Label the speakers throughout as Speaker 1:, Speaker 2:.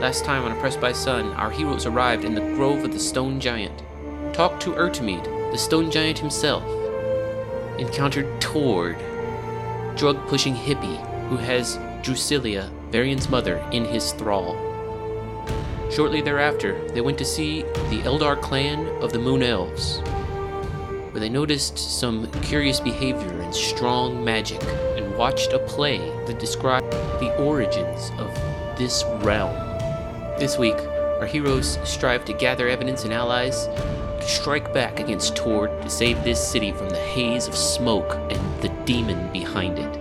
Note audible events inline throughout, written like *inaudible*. Speaker 1: Last time on Oppressed by Sun, our heroes arrived in the grove of the Stone Giant, talked to Ertimede, the Stone Giant himself, encountered Tord, drug pushing hippie who has Drusilia, Varian's mother, in his thrall. Shortly thereafter, they went to see the Eldar clan of the Moon Elves, where they noticed some curious behavior and strong magic and watched a play that described the origins of this realm. This week, our heroes strive to gather evidence and allies to strike back against Tord to save this city from the haze of smoke and the demon behind it.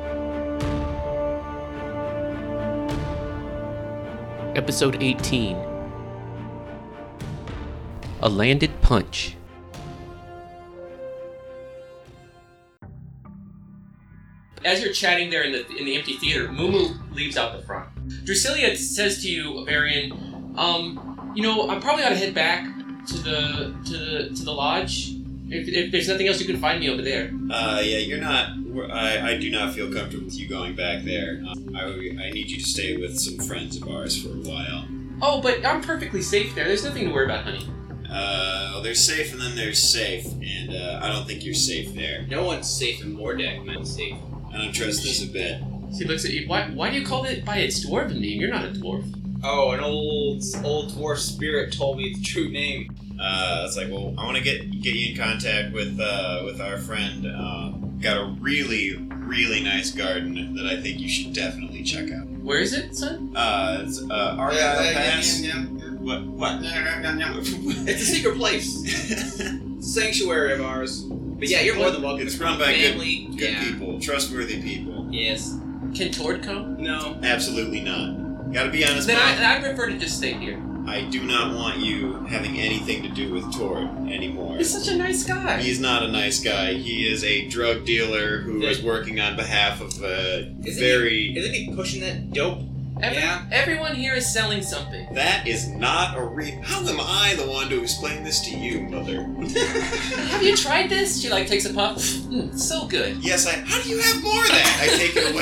Speaker 1: Episode 18 A Landed Punch. As you're chatting there in the in the empty theater, Mumu leaves out the front. Drusilia says to you, Avarian, um, you know, I probably ought to head back to the to the to the lodge. If, if there's nothing else you can find me over there.
Speaker 2: Uh, yeah, you're not. we're- I, I do not feel comfortable with you going back there. Um, I, I need you to stay with some friends of ours for a while.
Speaker 1: Oh, but I'm perfectly safe there. There's nothing to worry about, honey.
Speaker 2: Uh, well, they're safe and then they're safe, and uh, I don't think you're safe there.
Speaker 3: No one's safe in Mordak, man. Safe.
Speaker 2: I don't trust this a bit.
Speaker 1: She looks at you. Why, why do you call it by its dwarven name? You're not a dwarf.
Speaker 3: Oh, an old old dwarf spirit told me the true name.
Speaker 2: Uh, it's like, well, I want to get get you in contact with uh, with our friend. Uh, got a really really nice garden that I think you should definitely check out.
Speaker 1: Where is it, son?
Speaker 2: Uh, it's uh, Argo Pass. What? What? *laughs*
Speaker 3: It's a secret place. It's a sanctuary of ours. But yeah, you're more than welcome.
Speaker 2: It's run by good-
Speaker 3: family.
Speaker 2: Good
Speaker 3: yeah.
Speaker 2: people, trustworthy people.
Speaker 3: Yes.
Speaker 1: Can Tord come?
Speaker 3: No.
Speaker 2: Absolutely not. Gotta be honest,
Speaker 1: Then I,
Speaker 2: Mike,
Speaker 1: then I prefer to just stay here.
Speaker 2: I do not want you having anything to do with Tord anymore.
Speaker 1: He's such a nice guy.
Speaker 2: He's not a nice guy. He is a drug dealer who is working on behalf of a
Speaker 3: Isn't
Speaker 2: very.
Speaker 3: Isn't he pushing that dope?
Speaker 1: Every-
Speaker 3: Yeah.
Speaker 1: Everyone here is selling something.
Speaker 2: That is not a re. How am I the one to explain this to you, mother?
Speaker 1: Have you tried this? She like takes a puff. Mm, so good.
Speaker 2: Yes, I. How do you have more of that? I take it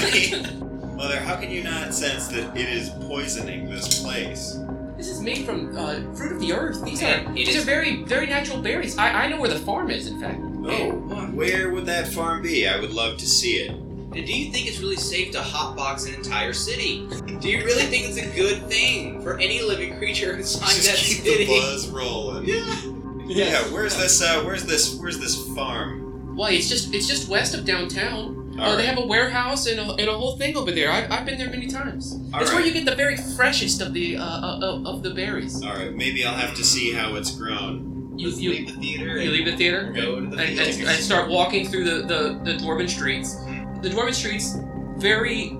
Speaker 2: away. mother, how can you not sense that it is poisoning this place?
Speaker 1: This is made from uh, fruit of the earth. These are
Speaker 3: And it
Speaker 1: these
Speaker 3: is-
Speaker 1: are very very natural berries. I, I know where the farm is. In fact.
Speaker 2: Oh, where would that farm be? I would love to see it.
Speaker 3: And do you think it's really safe to hotbox an entire city? Do you really think it's a good thing for any living creature inside
Speaker 2: Just
Speaker 3: that
Speaker 2: keep
Speaker 3: city? *laughs*
Speaker 2: the buzz rolling. Yeah. Yeah. Where's this? Uh, where's this? Where's this farm?
Speaker 1: Well, it's just it's just west of downtown.
Speaker 2: All
Speaker 1: Uh, They
Speaker 2: right.
Speaker 1: have a warehouse and a, and a whole thing over there. I've, I've been there many times.
Speaker 2: All
Speaker 1: it's
Speaker 2: right.
Speaker 1: where you get the very freshest of the uh, uh, of- of the berries.
Speaker 2: All right. Maybe I'll have to see how it's grown.
Speaker 1: You,
Speaker 3: Let's
Speaker 1: you,
Speaker 3: leave the theater.
Speaker 1: you
Speaker 3: and
Speaker 1: leave the theater.
Speaker 3: Go to the
Speaker 1: and,
Speaker 3: theater.
Speaker 1: and, and start walking through the, the, the dwarven streets. The dwarven streets, very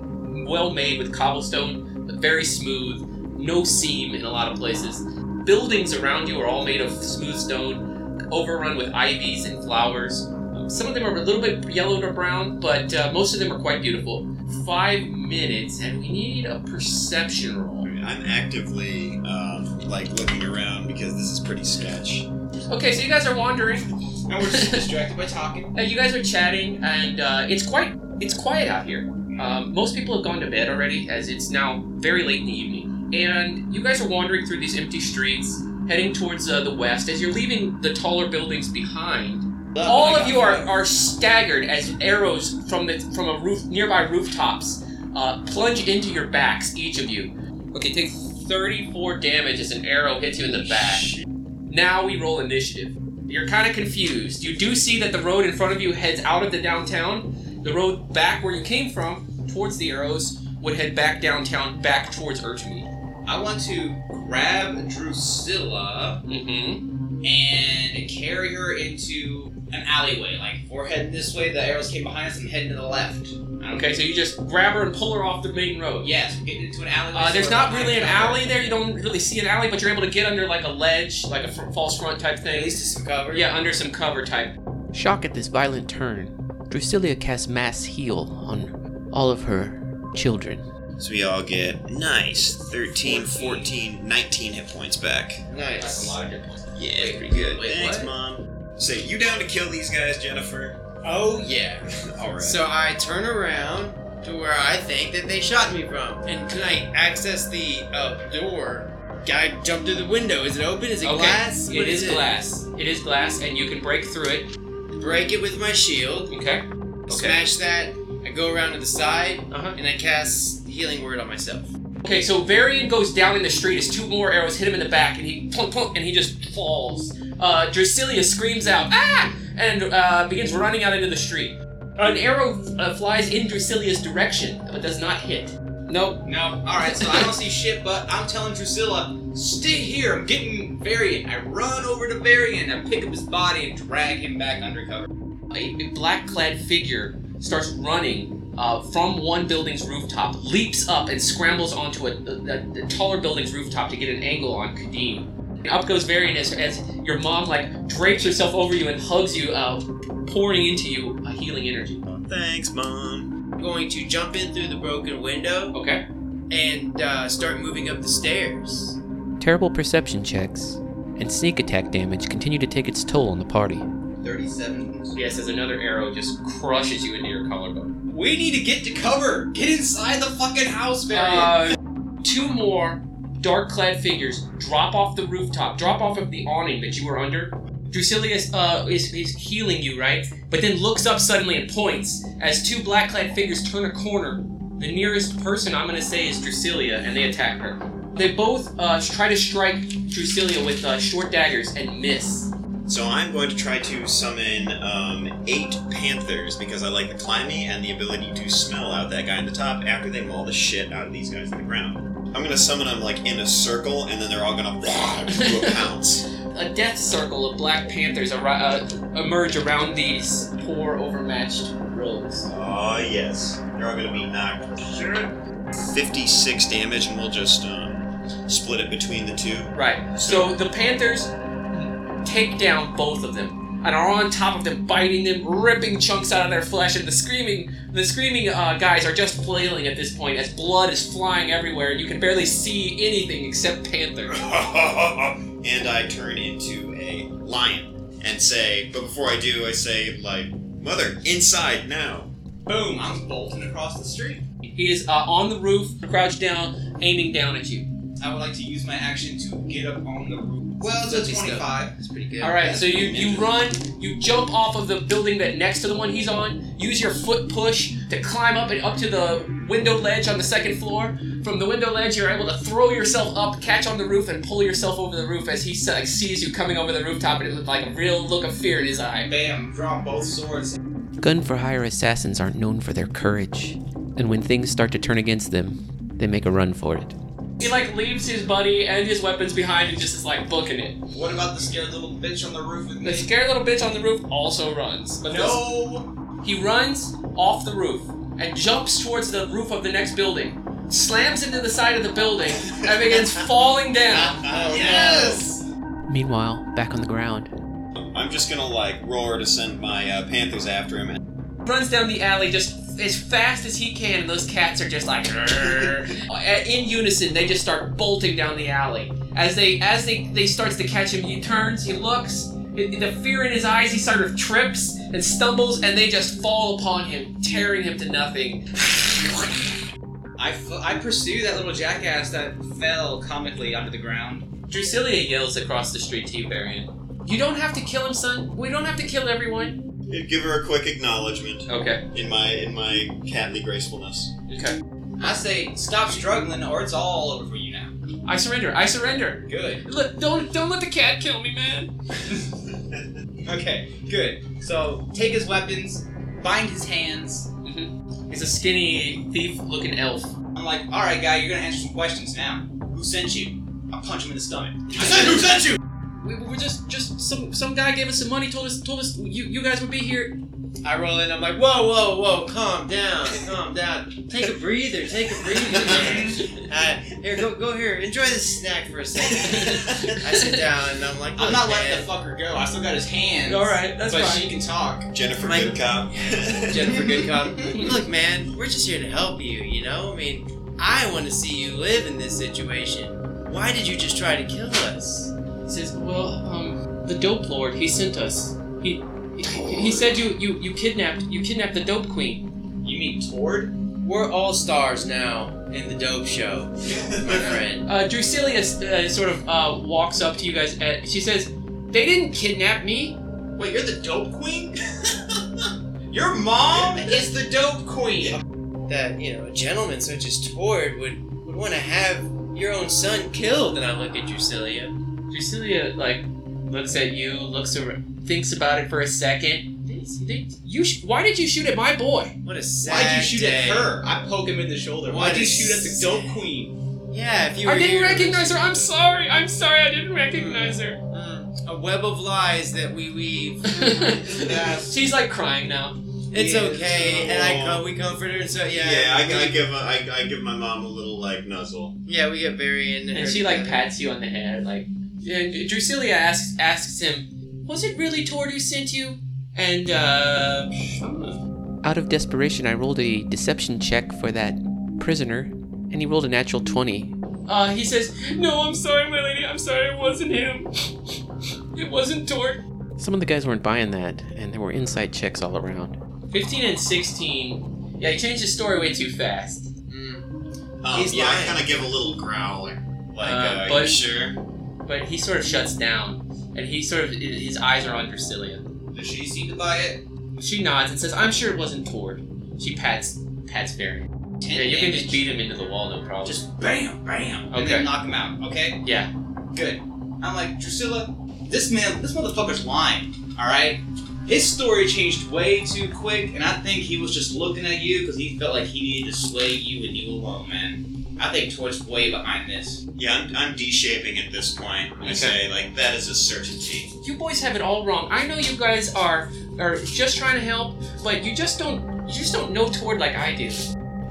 Speaker 1: well made with cobblestone, but very smooth, no seam in a lot of places. Buildings around you are all made of smooth stone, overrun with ivies and flowers. Some of them are a little bit yellow to brown, but uh, most of them are quite beautiful. Five minutes, and we need a perception roll.
Speaker 2: I'm actively um, like looking around because this is pretty sketch.
Speaker 1: Okay, so you guys are wandering.
Speaker 3: And we're just distracted by
Speaker 2: *laughs*
Speaker 3: talking.
Speaker 1: Uh, you guys are chatting, and uh, it's quite it's quiet out here. Um, most people have gone to bed already, as it's now very late in the evening. And you guys are wandering through these empty streets, heading towards uh, the west. As you're leaving the taller buildings behind,
Speaker 3: Oh
Speaker 2: Oh
Speaker 1: all of you are, are staggered as arrows from the from a roof nearby rooftops uh, plunge into your backs. Each of you. Okay, take 34 damage as an arrow hits you in the back. Now we roll initiative. You're kind of confused. You do see that the road in front of you heads out of the downtown. The road back where you came from, towards the arrows, would head back downtown, back towards Urchmead.
Speaker 3: I want to grab Drusilla
Speaker 1: Mm-hmm.
Speaker 3: and carry her into an alleyway. Like, if we're heading this way, the arrows came behind us, I'm heading to the left. I don't
Speaker 1: Okay, so you just grab her and pull her off the main road.
Speaker 3: Yes, we're getting into an alleyway.
Speaker 1: Uh,
Speaker 3: so
Speaker 1: there's
Speaker 3: we're
Speaker 1: not
Speaker 3: behind
Speaker 1: really an
Speaker 3: cover.
Speaker 1: alley there. You don't really see an alley, but you're able to get under like a ledge, like a fr- false front type
Speaker 3: At
Speaker 1: thing.
Speaker 3: least it's some cover.
Speaker 1: Yeah, under some cover type. Shock at this violent turn, Drusilia casts mass heal on all of her children.
Speaker 2: So we all get nice 13, 14, 19 hit points back.
Speaker 3: Nice.
Speaker 1: of good points.
Speaker 2: Yeah,
Speaker 3: Wait,
Speaker 2: pretty good.
Speaker 3: wait,
Speaker 2: Thanks,
Speaker 3: what?
Speaker 2: mom. Say, you down to kill these guys, Jennifer?
Speaker 3: Oh, yeah.
Speaker 2: All right.
Speaker 3: So I turn around to where I think that they shot me from. And can I access the uh, door? Guy jumped through the window. Is it open? Is it
Speaker 1: Okay,
Speaker 3: glass? What
Speaker 1: it is glass. It is glass, and you can break through it.
Speaker 3: Break it with my shield.
Speaker 1: Okay. Okay.
Speaker 3: Smash that. I go around to the side
Speaker 1: Uh huh.
Speaker 3: and I cast healing word on myself.
Speaker 1: Okay, so Varian goes down in the street as two more arrows hit him in the back, and he plunk plunk, and he just falls. Uh, Drasilia screams out, ah, and uh, begins running out into the street. An arrow uh, flies in Drasilia's direction, but does not hit. Nope.
Speaker 3: No.
Speaker 4: Alright, so I don't see shit, but I'm telling Drusilla, stay here, I'm getting Varian. I run over to Varian, I pick up his body and drag him back undercover.
Speaker 1: A, a black clad figure starts running uh, from one building's rooftop, leaps up, and scrambles onto a, a, a taller building's rooftop to get an angle on Kadeem. And up goes Varian as, as your mom like drapes herself over you and hugs you, uh, pouring into you uh, healing energy.
Speaker 2: Thanks, mom.
Speaker 3: I'm going to jump in through the broken window
Speaker 1: Okay.
Speaker 3: and uh, start moving up the stairs.
Speaker 5: Terrible perception checks and sneak attack damage continue to take its toll on the party.
Speaker 4: 37.
Speaker 1: Yes, as another arrow just crushes you into your collarbone.
Speaker 4: We need to get to cover! Get inside the fucking house, Varian!
Speaker 1: Uh, two more dark clad figures drop off the rooftop, drop off of the awning that you were under. Drusilius uh, is, is healing you, right? But then looks up suddenly and points as two black clad figures turn a corner. The nearest person I'm going to say is Drusilia, and they attack her. They both uh, try to strike Drusilia with uh, short daggers and miss.
Speaker 2: So I'm going to try to summon um, eight panthers because I like the climbing and the ability to smell out that guy in the top after they maul the shit out of these guys on the ground. I'm gonna summon them like in a circle, and then they're all gonna *laughs* do a pounce.
Speaker 1: A death circle of black panthers ar- uh, emerge around these poor, overmatched rogues.
Speaker 2: Oh yes, they're all gonna be knocked. Fifty-six damage, and we'll just um, split it between the two. *laughs*
Speaker 1: Right. So the Panthers take down both of them and are on top of them, biting them, ripping chunks out of their flesh, and the screaming the screaming uh, guys are just flailing at this point as blood is flying everywhere, and you can barely see anything except Panther.
Speaker 2: and I turn into a lion and say, but before I do, I say like, "Mother, inside now!" *laughs*
Speaker 4: Boom, I'm bolting across the street.
Speaker 1: He is uh, on the roof, crouched down, aiming down at you.
Speaker 4: I would like to use my action to get up on the roof. Well,
Speaker 1: That'd
Speaker 4: it's
Speaker 1: be
Speaker 4: a
Speaker 1: stuff.
Speaker 4: 25.
Speaker 3: That's pretty good.
Speaker 1: All right, so you you run, you jump off of the building that next to the one he's on. Use your foot push to climb up and up to the window ledge on the second floor. From the window ledge, you're able to throw yourself up, catch on the roof, and pull yourself over the roof as he like, sees you coming over the rooftop, and it with like a real look of fear in his eye.
Speaker 4: Bam, drop both swords.
Speaker 5: Gun for hire assassins aren't known for their courage, and when things start to turn against them, they make a run for it.
Speaker 1: He like leaves his buddy and his weapons behind and just is like booking it.
Speaker 4: What about the scared little bitch on the roof with
Speaker 1: The
Speaker 4: me?
Speaker 1: scared little bitch on the roof also runs, but this-
Speaker 4: No!
Speaker 1: He runs off the roof and jumps towards the roof of the next building, slams into the side of the building, and begins falling down.
Speaker 4: Yes!
Speaker 5: Meanwhile, back on the ground,
Speaker 2: I'm just gonna like roar to send my uh, panthers after him.
Speaker 1: Runs down the alley just as fast as he can, and those cats are just like "Grrr." in unison. They just start bolting down the alley. As they as they they starts to catch him, he turns, he looks. i- The fear in his eyes, he sort of trips and stumbles, and they just fall upon him, tearing him to nothing.
Speaker 4: I, f- I pursue that little jackass that fell comically onto the ground.
Speaker 1: Drusilia yells across the street to you, Varian. You don't have to kill him, son. We don't have to kill everyone.
Speaker 2: Give her a quick acknowledgement
Speaker 1: Okay.
Speaker 2: in my in my catly gracefulness.
Speaker 1: Okay.
Speaker 4: I say, stop struggling or it's all over for you now.
Speaker 1: I surrender. I surrender.
Speaker 4: Good. *laughs*
Speaker 1: Look, don't don't let the cat kill me, man.
Speaker 4: Okay, good. So, take his weapons, bind his hands.
Speaker 1: He's a skinny thief-looking elf.
Speaker 4: I'm like, alright, guy, you're gonna answer some questions now. Who sent you? I punch him in the stomach. I said, who sent you?
Speaker 1: We we were just just some some guy gave us some money, told us told us you you guys would be here.
Speaker 3: I roll in. I'm like, whoa, whoa, whoa, calm down, calm down. Take a breather. Take a
Speaker 4: *laughs*
Speaker 3: breather. uh, here, go, go here. Enjoy this snack for a second. I sit down and I'm like,
Speaker 4: I'm
Speaker 3: "Look,
Speaker 4: not
Speaker 3: man."
Speaker 4: letting the fucker go. I still got his hands.
Speaker 1: All right, that's
Speaker 4: but
Speaker 1: fine.
Speaker 4: she can talk.
Speaker 2: *laughs* Jennifer
Speaker 3: My-
Speaker 2: Good Cop.
Speaker 3: Jennifer Goodcom. Look, man, we're just here to help you, you know? I mean, I want to see you live in this situation. Why did you just try to kill us?
Speaker 1: He says, well, um, the dope lord he sent us. He he, he said you you you kidnapped you kidnapped the dope queen.
Speaker 4: You mean Tord?
Speaker 3: We're all stars now in the dope show, my friend.
Speaker 1: Uh, Drusilla uh, sort of uh, walks up to you guys. And she says, "They didn't kidnap me."
Speaker 4: Wait, you're the dope queen? Your mom is the dope queen.
Speaker 3: That you know, a gentleman such as Tord would would want to have your own son killed. And I look at Drusilia.
Speaker 1: Drusilla like looks at you, looks around, thinks about it for a second. They- they- You sh- why did you shoot at my boy?
Speaker 3: What a sad
Speaker 4: Why'd you shoot
Speaker 3: day.
Speaker 4: at her? I poke him in the shoulder.
Speaker 3: Why
Speaker 4: Why'd you
Speaker 3: did-
Speaker 4: shoot at the dope queen?
Speaker 3: Yeah, if you were
Speaker 1: I didn't
Speaker 3: here,
Speaker 1: recognize her. I'm sorry. I'm sorry. I didn't recognize her.
Speaker 3: *laughs* Mm, a web of lies that we
Speaker 1: *laughs*
Speaker 3: weave.
Speaker 4: *laughs*
Speaker 3: Yes.
Speaker 1: She's like crying now.
Speaker 3: It's
Speaker 2: Yeah.
Speaker 3: okay, and I
Speaker 2: Oh.
Speaker 3: co- we comfort her, and so yeah.
Speaker 2: Yeah, I, I
Speaker 3: we,
Speaker 2: give a, I, I give my mom a little like nuzzle.
Speaker 3: yeah, we get very in.
Speaker 1: And
Speaker 3: her
Speaker 1: she like
Speaker 3: together.
Speaker 1: pats you on the head. Like and Drusilla asks asks him, "Was it really Tord who sent you?" And uh,
Speaker 5: Out of desperation, I rolled a deception check for that prisoner, and he rolled a natural 20.
Speaker 1: uh, he says, "No, I'm sorry, my lady. I'm sorry. It wasn't him. It wasn't Tord."
Speaker 5: Some of the guys weren't buying that, and there were inside checks all around.
Speaker 1: 15 and 16. Yeah, he changed his story way too fast.
Speaker 3: Mm.
Speaker 2: Um,
Speaker 3: He's
Speaker 2: yeah,
Speaker 3: lying.
Speaker 2: I kind of give a little growl, like, like
Speaker 1: Uh,
Speaker 2: uh,
Speaker 1: but-
Speaker 2: you sure?
Speaker 1: But he sort of shuts down, and he sort of his eyes are on Drusilla.
Speaker 4: Does she seem to buy it?
Speaker 1: She nods and says, "I'm sure it wasn't Tord." She pats pats Barry. Yeah, you can just beat him into the wall, no problem.
Speaker 4: Just bam, bam, and
Speaker 1: Oh. Okay.
Speaker 4: then knock him out. Okay.
Speaker 1: Yeah.
Speaker 4: Good. I'm like Drusilla. This man, this motherfucker's lying. All right. His story changed way too quick, and I think he was just looking at you because he felt like he needed to sway you and you alone, man. I think Torch's way behind this.
Speaker 2: Yeah, I'm, I'm D-shaping at this point. I
Speaker 1: Okay.
Speaker 2: say like that is a certainty.
Speaker 1: you boys have it all wrong. I know you guys are are just trying to help, but you just don't you just don't know Tord like I do.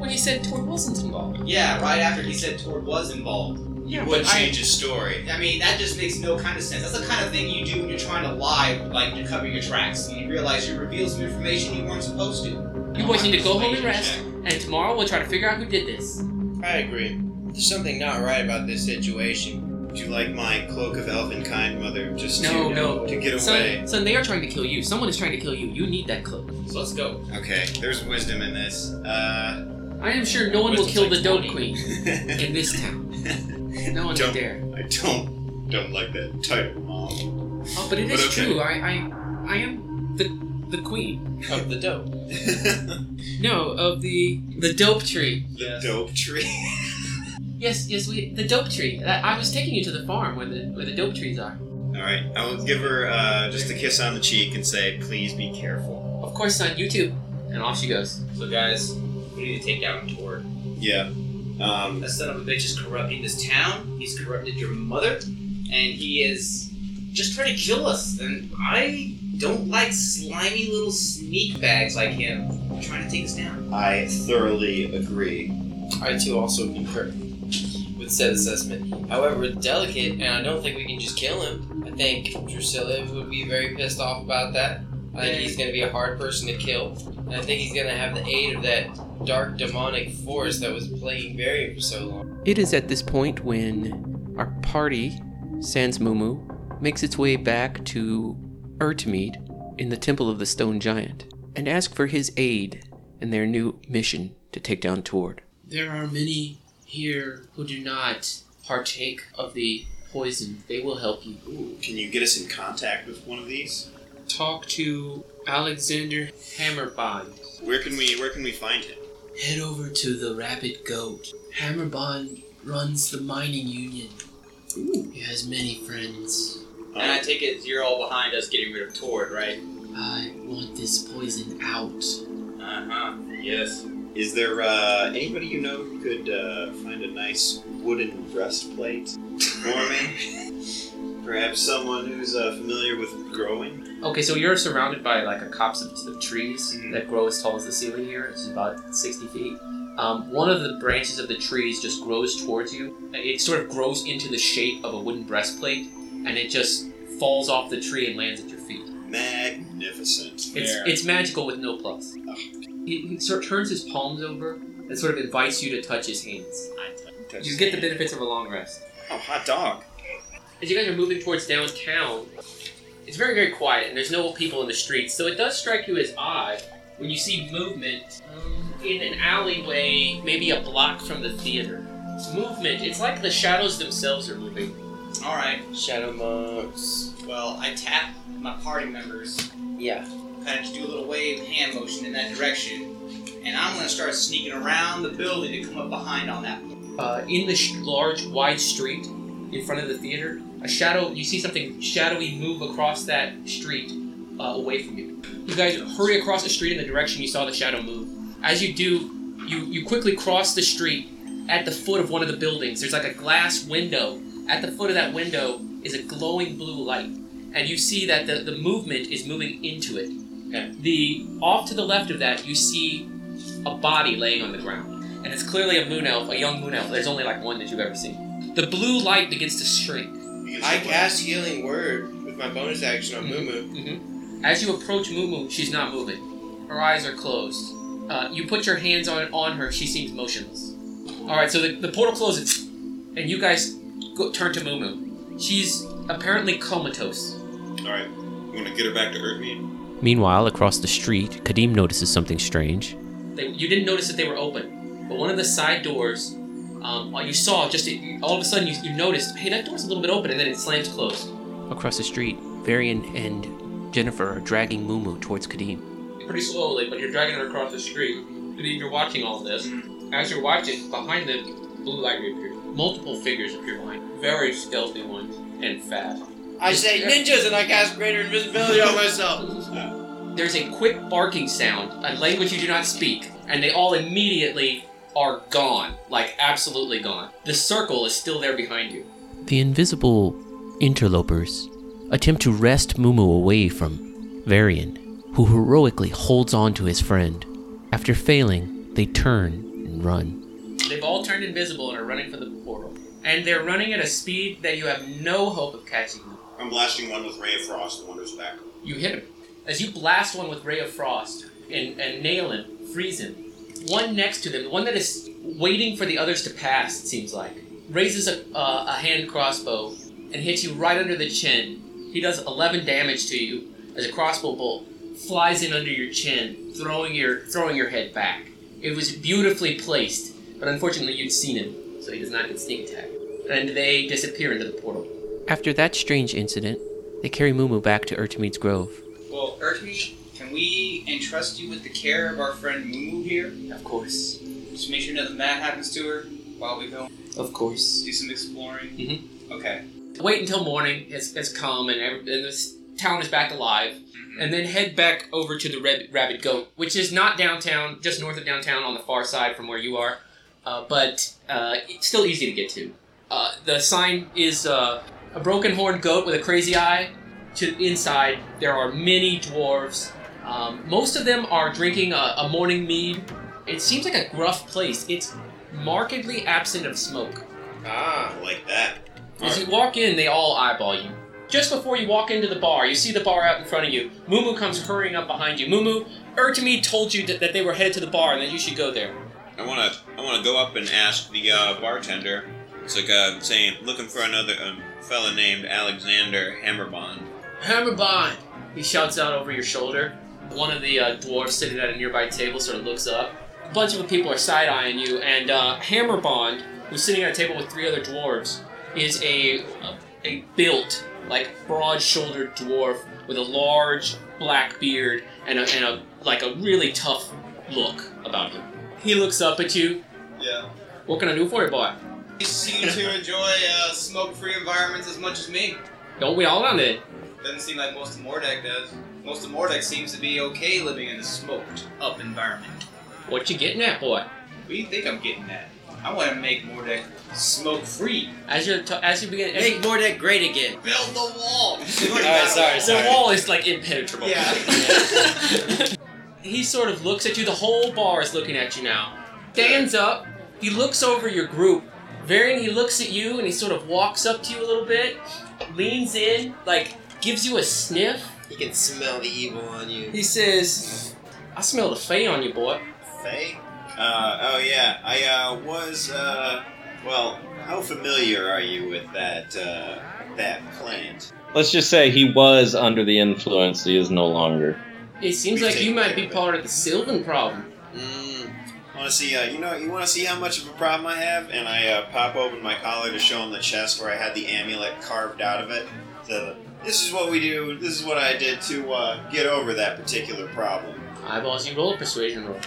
Speaker 1: When he said Tord wasn't involved.
Speaker 4: Yeah, right after he said Tord was involved.
Speaker 1: Yeah,
Speaker 2: Would
Speaker 1: but I,
Speaker 2: change his story.
Speaker 4: I mean, that just makes no kind of sense. That's the kind of thing you do when you're trying to lie, like to cover your tracks, and you realize you revealed some information you weren't supposed to.
Speaker 1: you boys need to go home and rest,
Speaker 4: Check.
Speaker 1: and tomorrow we'll try to figure out who did this.
Speaker 3: I agree. There's something not right about this situation.
Speaker 2: Would you like my cloak of elven kind mother just
Speaker 1: No,
Speaker 2: to,
Speaker 1: no.
Speaker 2: to get away?
Speaker 1: Son, son, they are trying to kill you. Someone is trying to kill you. You need that cloak.
Speaker 4: So let's go.
Speaker 2: Okay, there's wisdom in this. Uh, *laughs*
Speaker 1: I am sure no one will
Speaker 3: Wisdom's
Speaker 1: kill
Speaker 3: like
Speaker 1: the dope
Speaker 3: 20.
Speaker 1: queen
Speaker 2: I
Speaker 1: in this town. No one will
Speaker 2: Dope.
Speaker 1: dare.
Speaker 2: don't don't like that title, mom.
Speaker 1: Oh, but it
Speaker 2: But
Speaker 1: is
Speaker 2: okay.
Speaker 1: true. I, I, I am the, the queen.
Speaker 3: Of the dope.
Speaker 2: the
Speaker 1: No, of the the dope tree.
Speaker 2: dope tree. *laughs*
Speaker 1: Yes, yes, we the dope tree. I, I was taking you to the farm where the where the dope trees are.
Speaker 2: All right, I will give her uh, just a kiss on the cheek and say, please be careful.
Speaker 1: Of course, son. You too. And off she goes.
Speaker 4: So guys, we need to take down Tord.
Speaker 2: Yeah. Um,
Speaker 4: That son of a bitch is corrupting this town. He's corrupted your mother, and he is just trying to kill us. And I don't like slimy little sneak bags like him trying to take us down.
Speaker 2: I thoroughly agree.
Speaker 3: I too also concur with said assessment. However, it's delicate, and I don't think we can just kill him. I think Drusilla would be very pissed off about that. I think he's going to be a hard person to kill. And I think he's going to have the aid of that dark demonic force that was plaguing Barry for so long.
Speaker 5: It is at this point when our party, Sans Mumu, makes its way back to Ertmead in the Temple of the Stone Giant and ask for his aid in their new mission to take down Tord.
Speaker 1: There are many here who do not partake of the poison. They will help you.
Speaker 2: Ooh, can you get us in contact with one of these?
Speaker 1: Talk to Alexander Hammerbond.
Speaker 2: Where can we Where can we find him?
Speaker 1: Head over to the Rabbit Goat. Hammerbond runs the mining union. He has many friends.
Speaker 4: And I take it you're all behind us getting rid of Tord, right?
Speaker 1: I want this poison out.
Speaker 4: Uh huh. Yes.
Speaker 2: Is there uh, anybody you know who could uh, find a nice wooden breastplate for me?
Speaker 1: *laughs*
Speaker 2: Perhaps someone who's uh, familiar with growing.
Speaker 1: Okay, so you're surrounded by like a copse of, of trees
Speaker 2: Mhm.
Speaker 1: that grow as tall as the ceiling here, which is about 60 feet. Um, one of the branches of the trees just grows towards you. It sort of grows into the shape of a wooden breastplate, and it just falls off the tree and lands at your feet.
Speaker 2: Magnificent.
Speaker 1: It's
Speaker 4: There.
Speaker 1: it's magical with no plus.
Speaker 2: Ugh.
Speaker 1: He, he sort of turns his palms over and sort of invites you to touch his hands. You get the benefits of a long rest.
Speaker 2: Oh, hot dog.
Speaker 1: As you guys are moving towards downtown, it's very, very quiet, and there's no people in the streets, so it does strike you as odd when you see movement um, in an alleyway, maybe a block from the theater. Movement. It's like the shadows themselves are moving.
Speaker 4: All right.
Speaker 3: Shadow monks.
Speaker 4: Well, I tap my party members,
Speaker 3: Yeah.
Speaker 4: kind of just do a little wave hand motion in that direction, and I'm gonna start sneaking around the building to come up behind on that.
Speaker 1: Uh, in the sh- large, wide street in front of the theater, a shadow. You see something shadowy move across that street uh, away from you. You guys hurry across the street in the direction you saw the shadow move. As you do, you you quickly cross the street at the foot of one of the buildings. There's like a glass window. At the foot of that window is a glowing blue light, and you see that the, the movement is moving into it.
Speaker 3: Okay.
Speaker 1: The off to the left of that, you see a body laying on the ground, and it's clearly a moon elf, a young moon elf. There's only like one that you've ever seen. The blue light begins to shrink.
Speaker 2: You can
Speaker 3: I
Speaker 2: see-
Speaker 3: cast healing word with my bonus action on Moo Moo.
Speaker 1: hmm As you approach Mumu, she's not moving. Her eyes are closed. Uh, you put your hands on on her. She seems motionless. All right, so the, the portal closes, and you guys go, turn to Mumu. She's apparently comatose.
Speaker 2: All right, I'm gonna get her back to Earth Mean.
Speaker 5: Meanwhile, across the street, Kadim notices something strange.
Speaker 1: They, you didn't notice that they were open, but one of the side doors, um, all you saw just it, all of a sudden you, you noticed, hey, that door's a little bit open, and then it slams closed.
Speaker 5: Across the street, Varian and Jennifer are dragging Mumu towards Kadim.
Speaker 1: pretty slowly, but you're dragging her across the street. And then you're watching all this. As you're watching, behind them, blue light reappears. Multiple figures appear behind, you. very stealthy ones, and fast.
Speaker 3: I say ninjas and I cast greater invisibility on myself.
Speaker 1: There's a quick barking sound, a language you do not speak, and they all immediately are gone, like absolutely gone. The circle is still there behind you.
Speaker 5: The invisible interlopers attempt to wrest Mumu away from Varian, who heroically holds on to his friend. After failing, they turn and run.
Speaker 1: They've all turned invisible and are running for the portal. And they're running at a speed that you have no hope of catching them.
Speaker 2: I'm blasting one with Ray of Frost. The one who's back.
Speaker 1: You hit him. As you blast one with Ray of Frost and, and nail him, freeze him, one next to them, the one that is waiting for the others to pass, it seems like, raises a, uh, a hand crossbow and hits you right under the chin. He does 11 damage to you as a crossbow bolt flies in under your chin, throwing your, throwing your head back. It was beautifully placed, but unfortunately you'd seen him, so he does not get sneak attack. And they disappear into the portal.
Speaker 5: After that strange incident, they carry Mumu back to Ertamide's Grove.
Speaker 4: Well, Earthmeet, can we entrust you with the care of our friend Mumu here?
Speaker 1: Of course.
Speaker 4: Just make sure nothing bad happens to her while we go
Speaker 1: Of course.
Speaker 4: do some exploring.
Speaker 1: Mhm.
Speaker 4: Okay.
Speaker 1: wait until morning has, has come and, every, and this town is back alive, and then head back over to the Red Rabbit Goat, which is not downtown, just north of downtown on the far side from where you are, uh, but uh, it's still easy to get to. Uh, the sign is uh, a broken horned goat with a crazy eye. To inside, there are many dwarves. Um, most of them are drinking a, a morning mead. It seems like a gruff place. It's markedly absent of smoke.
Speaker 3: Ah.
Speaker 2: I like that. All
Speaker 1: As
Speaker 2: right.
Speaker 1: you walk in, they all eyeball you. Just before you walk into the bar, you see the bar out in front of you. Mumu comes hurrying up behind you. Mumu, Ertami told you that, that they were headed to the bar and that you should go there.
Speaker 2: I wanna I wanna go up and ask the uh, bartender. It's like uh, saying looking for another um, fella named Alexander Hammerbond.
Speaker 1: Hammerbond! He shouts out over your shoulder. One of the uh, dwarves sitting at a nearby table sort of looks up. A bunch of people are side eyeing you, and uh, Hammerbond, who's sitting at a table with three other dwarves, is a, a, a built, like broad shouldered dwarf with a large black beard and a, and a like a really tough look about him. He looks up at you.
Speaker 4: Yeah.
Speaker 1: What can I do for you, boy?
Speaker 4: You seem to enjoy uh, smoke-free environments as much as me.
Speaker 1: Don't we all on it?
Speaker 4: Doesn't seem like most of Mordek does. Most of Mordek seems to be okay living in a smoked-up environment.
Speaker 1: What you getting at, boy?
Speaker 4: What do you think I'm getting at? I want to make Mordek smoke-free.
Speaker 1: As you are as you begin, as you-
Speaker 3: Make Mordek great again.
Speaker 4: Build
Speaker 3: *laughs*
Speaker 4: the wall.
Speaker 3: Alright, sorry,
Speaker 1: The
Speaker 3: sorry.
Speaker 1: wall is like impenetrable.
Speaker 4: Yeah.
Speaker 1: *laughs* he sort of looks at you. The whole bar is looking at you now. Stands up. He looks over your group. Varian, he looks at you and he sort of walks up to you a little bit, leans in, like gives you a sniff.
Speaker 3: You can smell the evil on you.
Speaker 1: He says, "I smell the fey on you, boy."
Speaker 2: Faye? Uh, oh yeah, I uh, was. Uh, well, how familiar are you with that uh, that plant?
Speaker 6: Let's just say he was under the influence. He is no longer.
Speaker 1: It seems
Speaker 2: We've
Speaker 1: like you
Speaker 2: taken
Speaker 1: might
Speaker 2: care
Speaker 1: be
Speaker 2: of it.
Speaker 1: part of the Sylvan problem.
Speaker 2: Mm, want to see? Uh, you know, you want to see how much of a problem I have? And I uh, pop open my collar to show him the chest where I had the amulet carved out of it. So this is what we do. This is what I did to uh, get over that particular problem.
Speaker 1: Eyeballs, you roll a persuasion roll.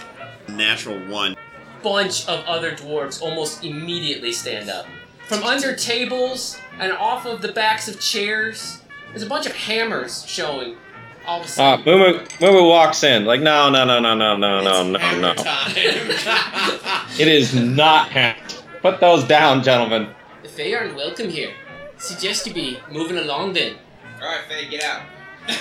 Speaker 2: Natural one.
Speaker 1: bunch of other dwarves almost immediately stand up. From under tables and off of the backs of chairs, there's a bunch of hammers showing. All of a
Speaker 6: Ah,
Speaker 1: sudden,
Speaker 6: Moomoo, Moomoo walks in like, no, no, no, no, no, no, no,
Speaker 3: It's
Speaker 6: no, no.
Speaker 3: hammer time. *laughs*
Speaker 6: It is not hacked. Put those down, gentlemen.
Speaker 1: the Fey aren't welcome here. Suggest you be moving along then.
Speaker 4: Alright, Faye, get out. *laughs*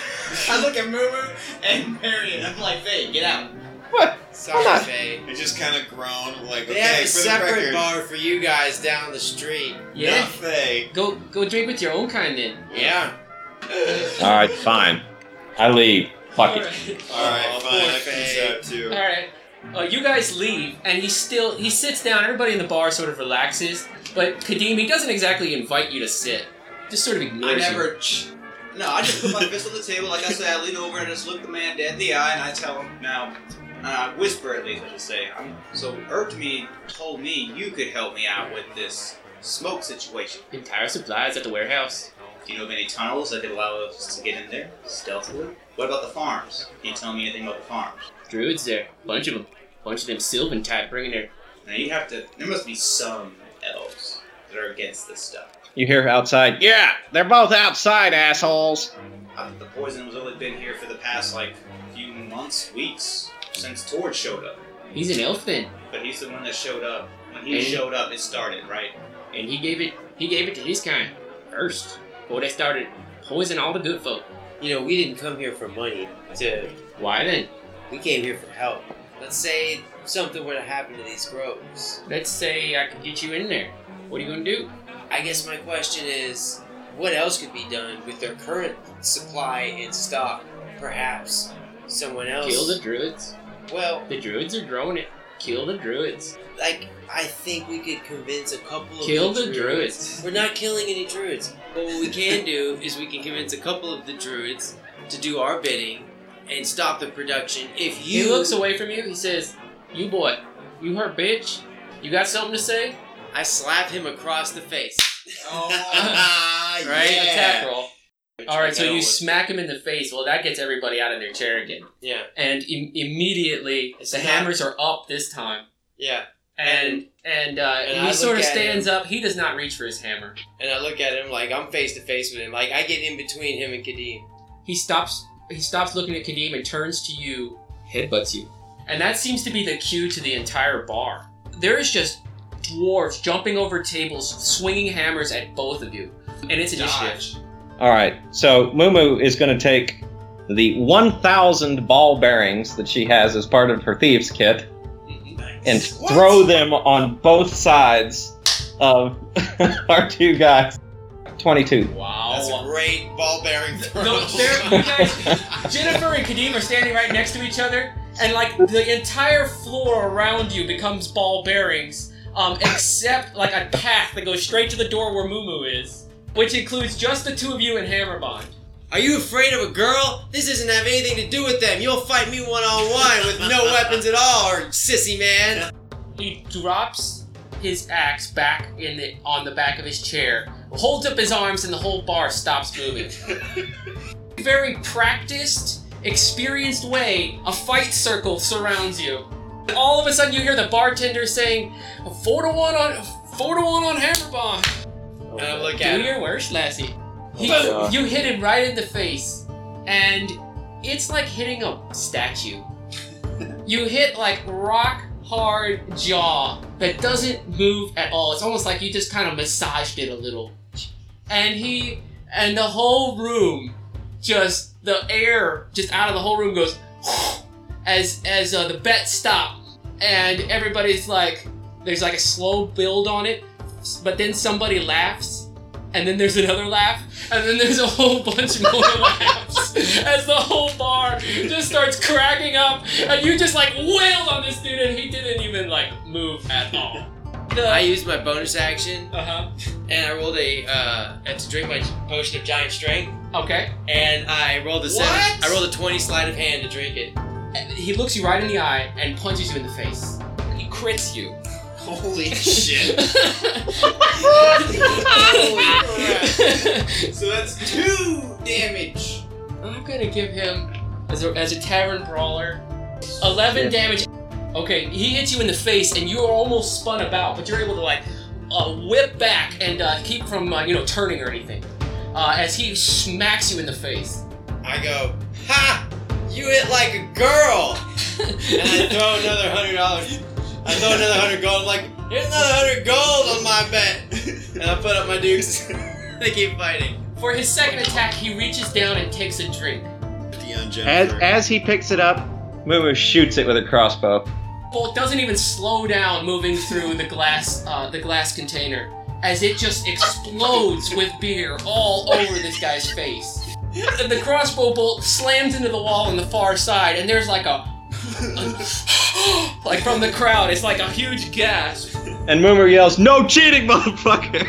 Speaker 4: I look at Mumu and Marion. I'm like, Faye, get out.
Speaker 6: What?
Speaker 3: Sorry, Faye.
Speaker 2: I just kind of groan, like,
Speaker 3: They
Speaker 2: okay,
Speaker 3: have a
Speaker 2: for
Speaker 3: separate
Speaker 2: the record,
Speaker 3: bar for you guys down the street.
Speaker 1: Yeah.
Speaker 2: not they.
Speaker 1: Go go drink with your own kind then.
Speaker 3: Yeah.
Speaker 6: All right, fine. I leave. Fuck it.
Speaker 2: All right,
Speaker 3: Oh,
Speaker 2: fine,
Speaker 3: poor
Speaker 2: that comes
Speaker 3: Faye.
Speaker 2: out too.
Speaker 3: *laughs*
Speaker 1: All right. Uh, you guys leave, and he still he sits down. Everybody in the bar sort of relaxes, but Kadim he doesn't exactly invite you to sit. Just sort of
Speaker 4: I
Speaker 1: ignores you.
Speaker 4: never. Ch- no, I just put my fist on the table. Like I said, I lean over and I just look the man dead in the eye and I tell him, now, uh, whisper at least, I should say. I'm, so, Ertmead told me you could help me out with this smoke situation.
Speaker 1: Entire supplies at the warehouse.
Speaker 4: Do you know of any tunnels that could allow us to get in there stealthily? What about the farms? Can you tell me anything about the farms?
Speaker 1: Druids there, bunch of them, bunch of them Sylvan type bringing their
Speaker 4: Now, you have to. There must be some elves that are against this stuff.
Speaker 6: You hear outside? Yeah, they're both outside, assholes.
Speaker 4: Uh, the poison was only been here for the past like few months, weeks since Tord showed up.
Speaker 1: He's an elf then,
Speaker 4: But he's the one that showed up. When he
Speaker 1: And-
Speaker 4: showed up, it started, right?
Speaker 1: and he gave it he gave it to his kind first. Before they started poison all the good folk.
Speaker 3: You know, we didn't come here for money. To
Speaker 1: Why then?
Speaker 3: we came here for help. Let's say something were to happen to these groves.
Speaker 1: Let's say I could get you in there. What are you gonna do?
Speaker 3: I guess my question is, what else could be done with their current supply in stock? Perhaps someone else.
Speaker 1: Kill the druids.
Speaker 3: well,
Speaker 1: The druids are growing it. Kill the druids.
Speaker 3: like I think we could convince a couple of
Speaker 1: Kill
Speaker 3: the
Speaker 1: the druids.
Speaker 3: We're not killing any druids. But what we can do is we can convince a couple of the druids to do our bidding and stop the production. If you
Speaker 1: He looks away from you. He says, "You boy, you hurt bitch. You got something to say?
Speaker 3: I slap him across the face.
Speaker 2: *laughs* Ah,
Speaker 3: Oh, Right?
Speaker 2: yeah.
Speaker 1: Attack roll. All right, so
Speaker 3: Like, I
Speaker 1: you
Speaker 3: don't-
Speaker 1: smack him in the face. Well, that gets everybody out of their chair again,
Speaker 3: yeah,
Speaker 1: and im- immediately
Speaker 3: It's
Speaker 1: the
Speaker 3: not-
Speaker 1: hammers are up this time.
Speaker 3: yeah.
Speaker 1: and and, uh,
Speaker 3: And I
Speaker 1: he sort of
Speaker 3: look at
Speaker 1: stands up. He does not reach for his hammer.
Speaker 3: And I look at him like I'm face to face with him. Like I get in between him and Kadeem.
Speaker 1: He stops. He stops looking at Kadeem and turns to you. Headbutts you. And that seems to be the cue to the entire bar. There is just dwarves jumping over tables, swinging hammers at both of you, and it's initiative.
Speaker 6: All right, so Moomoo is going to take the 1,000 ball bearings that she has as part of her thieves kit and throw them on both sides of *laughs* our two guys. 22.
Speaker 3: That's a
Speaker 1: Wow.
Speaker 3: great ball bearing throw.
Speaker 1: *laughs* No, there, you guys, Jennifer and Kadeem are standing right next to each other, and like the entire floor around you becomes ball bearings, um, except like a path that goes straight to the door where Mumu is, which includes just the two of you and Hammerbond.
Speaker 3: Are you afraid of a girl? This doesn't have anything to do with them. You'll fight me one on one with *laughs* no weapons at all, or sissy man.
Speaker 1: He drops his axe back in the on the back of his chair, holds up his arms, and the whole bar stops moving. Very practiced, experienced way, a fight circle surrounds you. All of a sudden, you hear the bartender saying, four to one on four to one on Hammerbond.
Speaker 3: And I look
Speaker 1: Do
Speaker 3: at him.
Speaker 1: your worst, Lassie. He-
Speaker 3: my
Speaker 6: God.
Speaker 1: you hit him right in the face, and it's like hitting a
Speaker 3: *laughs*
Speaker 1: statue. you hit like rock hard jaw that doesn't move at all. It's almost like you just kind of massaged it a little. And he and the whole room just the air just out of the whole room goes as as uh, the bet stopped and everybody's like there's like a slow build on it but then somebody laughs and then there's another laugh and then there's a whole *laughs* bunch more laughs as the whole bar just starts cracking up and you just like wailed on this dude and he didn't even like move at all the.
Speaker 3: I used my bonus action
Speaker 1: uh
Speaker 3: and I rolled a uh, and to drink my potion of giant strength
Speaker 1: huh. Okay.
Speaker 3: and I rolled a seven.
Speaker 1: What?
Speaker 3: I rolled a
Speaker 1: *laughs*
Speaker 3: twenty sleight of hand to drink it.
Speaker 1: And He looks you right in the eye and punches you in the face. He crits *laughs* you.
Speaker 2: *laughs* Holy shit.
Speaker 1: I'm
Speaker 4: So that's two damage.
Speaker 1: gonna give him as a, as a tavern brawler 11
Speaker 6: Yeah.
Speaker 1: damage. Okay, he hits you in the face and you're almost spun about, but you're able to like uh, whip back and uh, keep from uh, you know turning or anything. Uh, as he smacks you in the face. *laughs*
Speaker 3: I go, ha! You hit like a girl. And I throw another hundred dollars. I throw another hundred gold. I'm like, here's another hundred gold on my bet. And I put up my dukes. *laughs* they keep fighting.
Speaker 1: For his second attack, he reaches down and takes a drink.
Speaker 2: Dion
Speaker 6: As,
Speaker 2: Jennifer.
Speaker 6: as he picks it up, Mumu shoots it with a crossbow.
Speaker 1: Bolt doesn't even slow down moving through the glass uh, the glass container as it just explodes with beer all over this guy's face. The crossbow bolt slams into the wall on the far side, and there's like a *gasps* like from the crowd. It's like a huge gasp.
Speaker 6: And Mumu yells, No cheating, *laughs* motherfucker!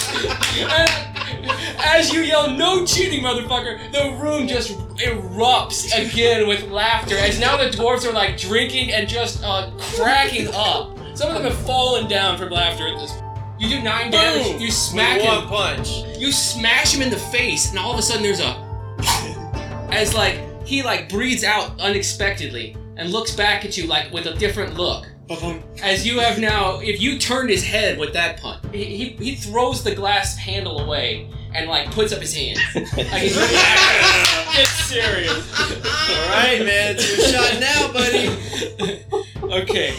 Speaker 1: *laughs* As you yell, no cheating, motherfucker, the room just erupts again with laughter as now the dwarves are like drinking and just uh, cracking up. Some of them have fallen down from laughter at this. You do nine damage,
Speaker 3: Boom!
Speaker 1: you smack
Speaker 3: With
Speaker 1: him.
Speaker 3: one punch.
Speaker 1: You smash him in the face, and all of a sudden there's a *laughs* as like he like breathes out unexpectedly and looks back at you like with a different look. As you have now, if you turned his head with that punch, he, he, he throws the glass handle away and like puts up his hands. Like, he's really *laughs*
Speaker 3: *laughs*
Speaker 2: *laughs*
Speaker 1: active. it's serious.
Speaker 3: All
Speaker 1: Ah!
Speaker 3: right, man, it's your shot
Speaker 1: *laughs*
Speaker 3: now, buddy.
Speaker 1: okay.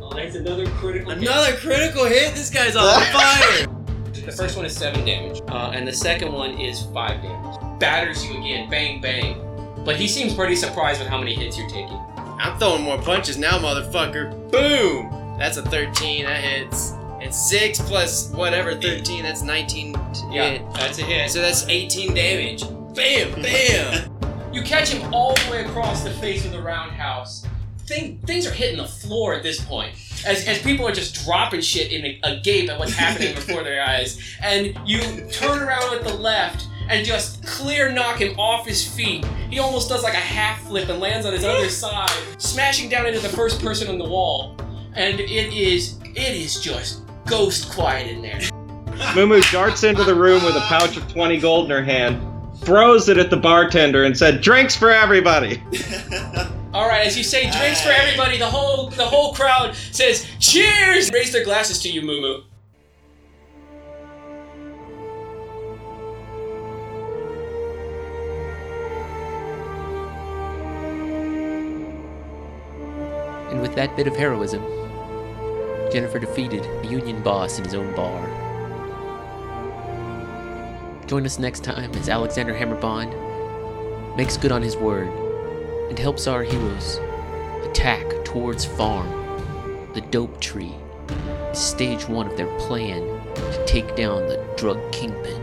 Speaker 1: Oh, that's another critical. hit.
Speaker 3: Another critical hit. This guy's on fire.
Speaker 1: The first one is seven damage, uh, and the second one is five damage. Batters you again, bang bang. But he seems pretty surprised with how many hits you're taking.
Speaker 3: I'm throwing more punches now, motherfucker. Boom! That's a 13. That hits. And 6 plus whatever, 13. That's 19. to hit.
Speaker 1: that's a
Speaker 3: And
Speaker 1: hit.
Speaker 3: so that's 18 damage. Bam! Bam!
Speaker 1: You catch him all the way across the face of the roundhouse. Thing, things are hitting the floor at this point, as, as people are just dropping shit in a, a gape at what's happening before their eyes. And you turn around with the left and just clear knock him off his feet. He almost does like a half flip and lands on his other side, smashing down into the first person on the wall. And it is it is just ghost quiet in there.
Speaker 6: Mumu darts into the room with a pouch of 20 gold in her hand, throws it at the bartender, and said, Drinks for everybody!
Speaker 1: All right, as you say drinks for everybody, the whole the whole crowd says cheers. Raise their glasses to you, Mumu.
Speaker 5: And with that bit of heroism, Jennifer defeated the Union boss in his own bar. Join us next time as Alexander Hammerbond makes good on his word and helps our heroes attack towards Farm, the dope tree, is stage one of their plan to take down the drug kingpin.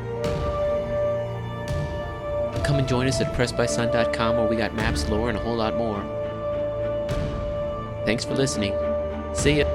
Speaker 5: Come and join us at PressBySun.com where we got maps, lore, and a whole lot more. Thanks for listening. See ya.